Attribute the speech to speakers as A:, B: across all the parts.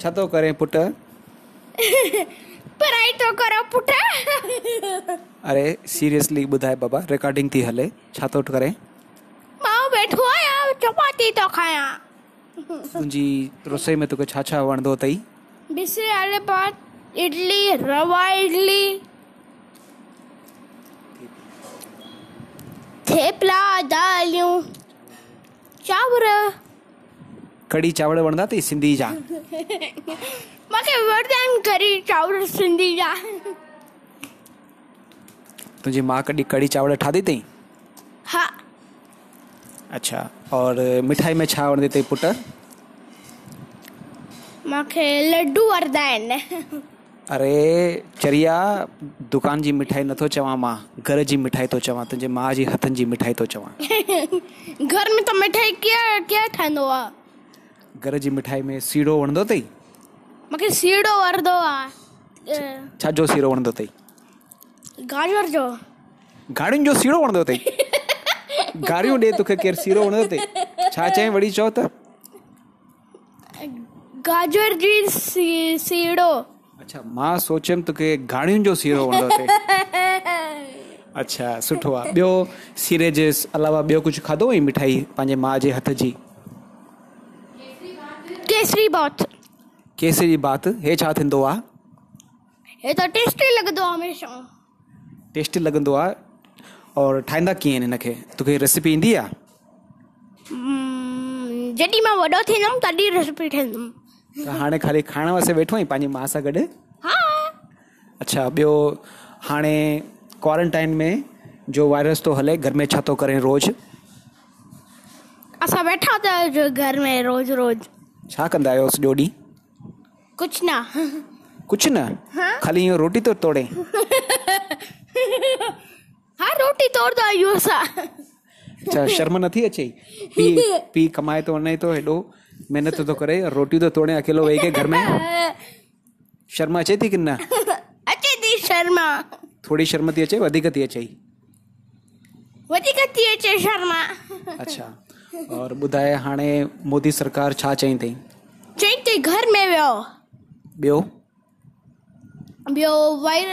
A: छा थो करें पुट
B: पढ़ाई तो करो पुटा
A: अरे सीरियसली ॿुधाए बाबा रिकॉर्डिंग थी हले छा थो करें
B: मां वेठो आहियां चपाती तो थो खायां
A: तुंहिंजी रसोई में तोखे छा छा वणंदो अथई
B: बिसे आले भात इडली रवा इडली थेपला दालियूं चांवर
A: कढ़ी चांवर वणंदा अथई सिंधी जा
B: मूंखे वणंदा आहिनि करी चांवर सिंधी जा
A: तुंहिंजी माउ कॾहिं कढ़ी चांवर ठाही अथई
B: हा
A: अच्छा और मिठाई में छा वणंदी अथई पुट
B: मूंखे लड्डू वणंदा आहिनि
A: अरे चरिया दुकान जी मिठाई नथो चवां मां घर जी मिठाई थो चवां तुंहिंजे माउ जी हथनि जी मिठाई थो चवां
B: घर में त मिठाई कीअं कीअं ठहंदो आहे
A: घर जी मिठाई में सीरो वणंदो अथई
B: मूंखे सीड़ो वरंदो आहे
A: छा जो सीरो वणंदो अथई
B: गाजर जो
A: गाड़ियुनि जो सीरो वणंदो अथई गाड़ियूं ॾे तोखे केरु सीरो वणंदो अथई छा चयईं वरी चओ त
B: गाजर जी सी सीड़ो
A: अच्छा मां सोचियमि तोखे गाड़ियुनि जो सीरो वणंदो अथई अच्छा सुठो आहे ॿियो सीरे जे अलावा ॿियो कुझु खाधो हुई मिठाई पंहिंजे माउ जे हथ जी
B: केसरी बात
A: केसरी जी बात हे छा थींदो आहे
B: हे त टेस्टी लॻंदो आहे हमेशह
A: टेस्टी लॻंदो आहे और ठाहींदा कीअं आहिनि हिनखे तोखे रेसिपी ईंदी आहे
B: हम्म, जॾहिं मां वॾो थींदुमि तॾहिं रेसिपी ठाहींदुमि
A: त हाणे खाली खाइण वास्ते वेठो आहीं पंहिंजी माउ सां गॾु
B: हा
A: अच्छा ॿियो हाणे क्वारंटाइन में जो वायरस थो हले घर में छा तो थो करें रोज़ु
B: असां वेठा हूंदा आहियूं घर में रोज़ रोज़
A: छा कंदा आहियो सॼो ॾींहुं
B: कुझु न हाँ,
A: कुझु न खाली ईअं रोटी थो तोड़े
B: हा रोटी तोड़ंदा आहियूं असां
A: अच्छा शर्म नथी अचे पीउ पीउ कमाए थो वञे थो हेॾो महिनत थो करे रोटी थो तोड़े अकेलो वेही करे घर में शर्म अचे थी की न
B: अचे थी शर्मा
A: थोरी शर्म थी अचे वधीक थी अचे
B: वधीक थी अचे शर्मा
A: अच्छा और ॿुधाए हाणे मोदी सरकार छा चई अथई
B: चई थी घर में वियो
A: ॿियो
B: ॿियो वायर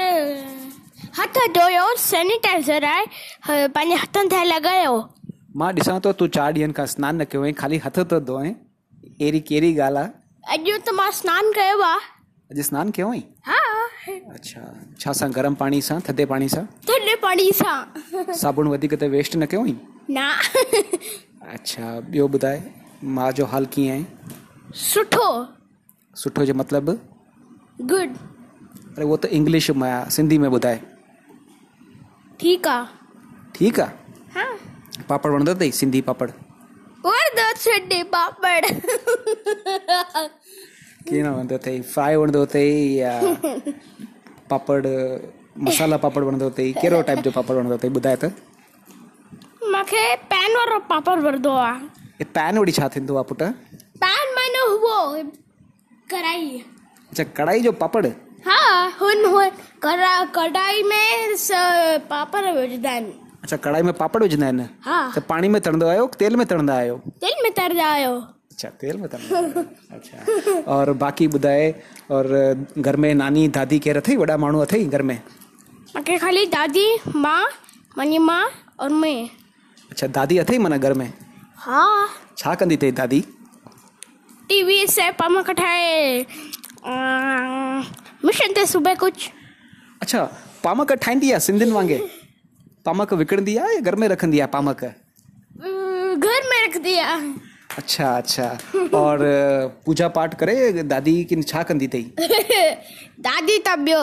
B: हथ धोयो सैनिटाइज़र आहे ह- पंहिंजे हथनि ते लॻायो
A: मां ॾिसां थो तूं चारि ॾींहंनि खां सनानु न कयो ऐं खाली हथ तो थो धोएं अहिड़ी कहिड़ी ॻाल्हि आहे
B: अॼु त मां सनानु कयो आहे
A: अॼु सनानु कयो हुई
B: हा
A: अच्छा छा सां गरम पाणी सां थधे पाणी सां
B: थधे पाणी सां
A: साबुण वधीक त वेस्ट न कयो हुई
B: न
A: अच्छा ॿियो ॿुधाए माउ जो हाल कीअं आहे
B: सुठो
A: सुठो जो मतिलबु
B: गुड
A: अरे उहो त इंग्लिश में आहे सिंधी में ॿुधाए
B: ठीकु आहे
A: ठीकु आहे
B: हा
A: पापड़ वणंदो अथई सिंधी पापड़
B: वरदो छॾे पापड़
A: कीअं न वणंदो अथई फ्राए वणंदो अथई या पापड़ मसाला पापड़ वणंदो अथई कहिड़ो टाइप जो पापड़ वणंदो अथई ॿुधाए त
B: मूंखे पैन वारो पापड़ वरदो आहे
A: हे पैन वरी छा थींदो आहे पुटु
B: पैन माना हुओ कढ़ाई
A: अच्छा कढ़ाई जो पापड़
B: हा हाँ, हुन हुन कढ़ा कढ़ाई में स पापड़ विझंदा आहिनि
A: अच्छा कढ़ाई में पापड़ विझंदा आहिनि
B: हा
A: त पाणी में तरंदो आहियो कि तेल में तरंदा आहियो
B: दिलि हाँ। में तरंदा आहियो
A: अच्छा तेल में तरंदा आहियो अच्छा और बाक़ी ॿुधाए और घर में नानी दादी केरु अथई वॾा माण्हू अथई घर में
B: मूंखे खाली दादी मां मुंहिंजी मां और मैं
A: अच्छा दादी अथई माना घर में
B: हा
A: छा कंदी अथई दादी
B: टीवी से पम कठाए मिशन ते सुबुह कुझु
A: अच्छा पामक ठाहींदी आहे सिंधियुनि वांगुरु पामक विकिणंदी आहे या घर में रखंदी आहे पामक
B: अं, घर में रखंदी आहे
A: अच्छा अच्छा और पूजा पाठ करे दादी किन छा कंदी अथई
B: दादी त ॿियो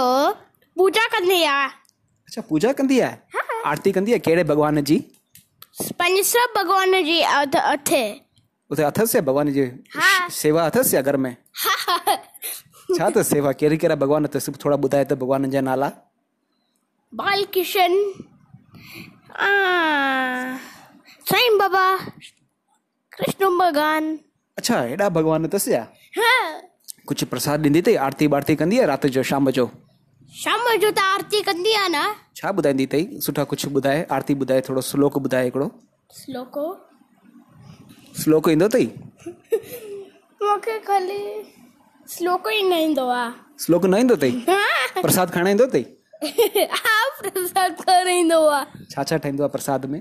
B: पूजा कंदी आहे
A: अच्छा पूजा कंदी आहे आरती कंदी आहे कहिड़े भॻवान जी
B: पंहिंजे सभु भॻवान जी अध- हाँ। अथे
A: उते अथसि या भॻवान जी
B: हा।
A: सेवा अथसि या घर में छा अथसि सेवा कहिड़ा कहिड़ा भॻवान अथसि थोरा ॿुधाए त भॻवाननि जा नाला
B: बाल किशन आ, साईं बाबा कृष्ण भॻवान
A: अच्छा हेॾा भॻवान अथसि या
B: हा
A: कुझु प्रसाद ॾींदी अथई आरती वारती कंदी आहे राति जो शाम जो
B: शाम जो त आरती कंदी आहे न
A: छा ॿुधाईंदी अथई सुठा कुझु ॿुधाए आरती ॿुधाए थोरो श्लोक ॿुधाए हिकिड़ो
B: श्लोको
A: श्लोक ईंदो अथई
B: मूंखे खाली श्लोक ई न ईंदो आहे
A: श्लोक न ईंदो अथई
B: हा
A: प्रसाद खाइण ईंदो अथई
B: हा प्रसाद करे ईंदो आहे
A: छा छा ठाहींदो आहे प्रसाद में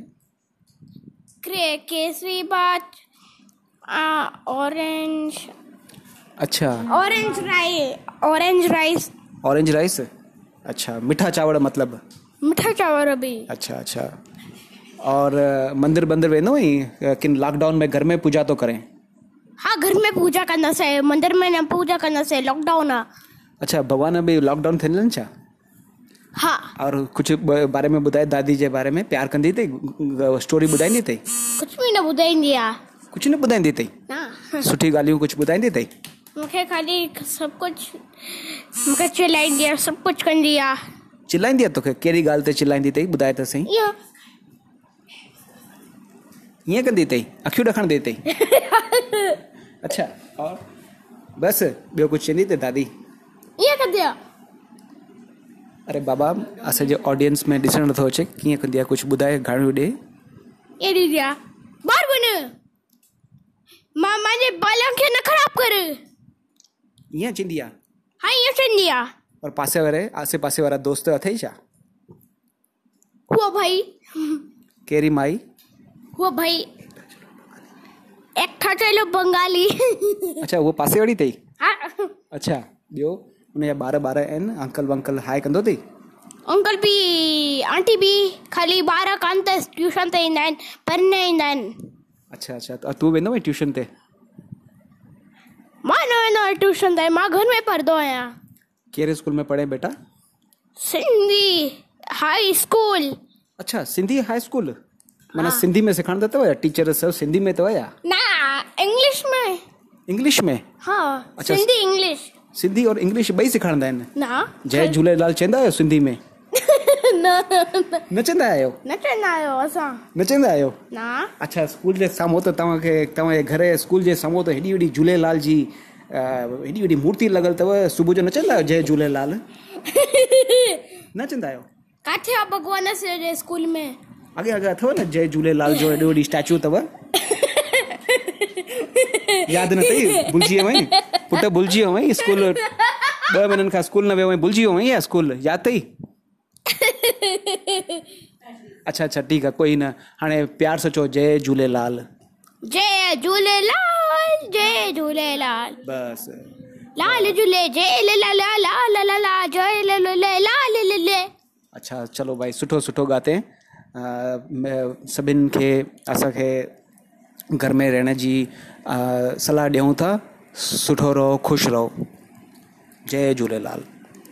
B: क्रे केसरी भात आ ऑरेंज
A: अच्छा
B: orange rice orange rice
A: orange rice अच्छा मीठा चांवर मतिलबु
B: मिठा चांवर बि
A: अच्छा अच्छा और अ, मंदिर बंदिर वेंदो आहीं किन लॉकडाउन में घर में पूजा थो करें
B: हा हाँ, घर में पूजा कंदासीं मंदर में न पूजा कंदासीं लॉकडाउन आहे
A: अच्छा भॻवान बि लॉकडाउन थियल आहिनि छा
B: हा
A: और कुझु ब- बारे में ॿुधाए दादी जे बारे में प्यार कंदी अथई ग- स्टोरी ॿुधाईंदी अथई
B: कुझु बि न ॿुधाईंदी आहे
A: कुझु न ॿुधाईंदी अथई
B: न
A: सुठी ॻाल्हियूं कुझु ॿुधाईंदी अथई
B: मूंखे खाली सभु कुझु मूंखे चिलाईंदी आहे सभु कुझु कंदी आहे
A: चिलाईंदी आहे तोखे कहिड़ी ॻाल्हि ते चिलाईंदी अथई ॿुधाए त तो सही
B: इहो
A: ईअं कंदी अथई अखियूं ॾखणु ॾे अथई अच्छा और बसि ॿियो कुझु चवंदी अथई दादी
B: ईअं कंदी आहे
A: अरे बाबा असांजे ऑडियंस में ॾिसणु नथो अचे कीअं कंदी आहे कुझु ॿुधाए गाणियूं ॾे
B: अहिड़ी रीति आहे ॿार वञ मां मुंहिंजे बालनि खे न ख़राब कर हाँ,
A: ईअं चवंदी आहे
B: हा ईअं चवंदी आहे
A: और पासे वारे आसे पासे वारा दोस्त अथई छा
B: हुआ भाई
A: कहिड़ी माई
B: हुआ भाई एकठा चलो बंगाली हाँ,
A: अच्छा उहो पासे वारी अथई
B: हा
A: अच्छा ॿियो हुन जा ॿार ॿार आहिनि अंकल वंकल हाय कंदो अथई
B: अंकल बि आंटी बि ख़ाली ॿार कान त ट्यूशन ते ईंदा आहिनि पढ़ण ईंदा आहिनि
A: अच्छा अच्छा त तूं वेंदो वहीं ट्यूशन ते
B: मां न वेंदो आहियां ट्यूशन ते मां घर में पढ़ंदो आहियां
A: कहिड़े स्कूल में पढ़े बेटा
B: सिंधी हाई स्कूल
A: अच्छा सिंधी हाई स्कूल माना सिंधी में सेखारींदा अथव या टीचर सभु सिंधी में अथव या
B: ना इंग्लिश में
A: इंग्लिश में
B: हा
A: अच्छा।
B: सिंधी इंग्लिश
A: सिंधी और इंग्लिश ॿई सेखारींदा आहिनि
B: ना
A: जय झूलेलाल चवंदा आहियो सिंधी में
B: न
A: न चवंदा आहियो
B: न चवंदा आहियो असां
A: न चवंदा आहियो
B: न
A: अच्छा स्कूल जे साम्हूं त तव्हांखे तव्हांजे घर जे स्कूल जे साम्हूं त हेॾी वॾी झूलेलाल जी अ, हेॾी वॾी मूर्ति लॻल अथव सुबुह जो न चवंदा आहियो जय झूलेलाल न चवंदा आहियो
B: किथे आहे भॻवान सॼे स्कूल में
A: अॻे अॻे अथव न जय झूलेलाल जो हेॾो वॾी स्टैचू अथव यादि न अथई भुलिजी वियो आहीं पुट भुलिजी वियो आहीं स्कूल ॿ महीननि खां स्कूल न वियो आहीं भुलिजी वियो आहीं या स्कूल यादि अथई अच्छा अच्छा ठीकु आहे कोई न हाणे प्यार सां चओ जय झूलेलाल
B: जय झूलेलाल जय झूलेलाल
A: बसि
B: लाल झूले जय लाल लाल लाल लाल जय लाल लाल लाल
A: अच्छा चलो भाई सुठो सुठो ॻाते अ, म- सभिनि खे असांखे घर में रहण जी अ, सलाह ॾियूं था सुठो रहो ख़ुशि रहो जय झूलेलाल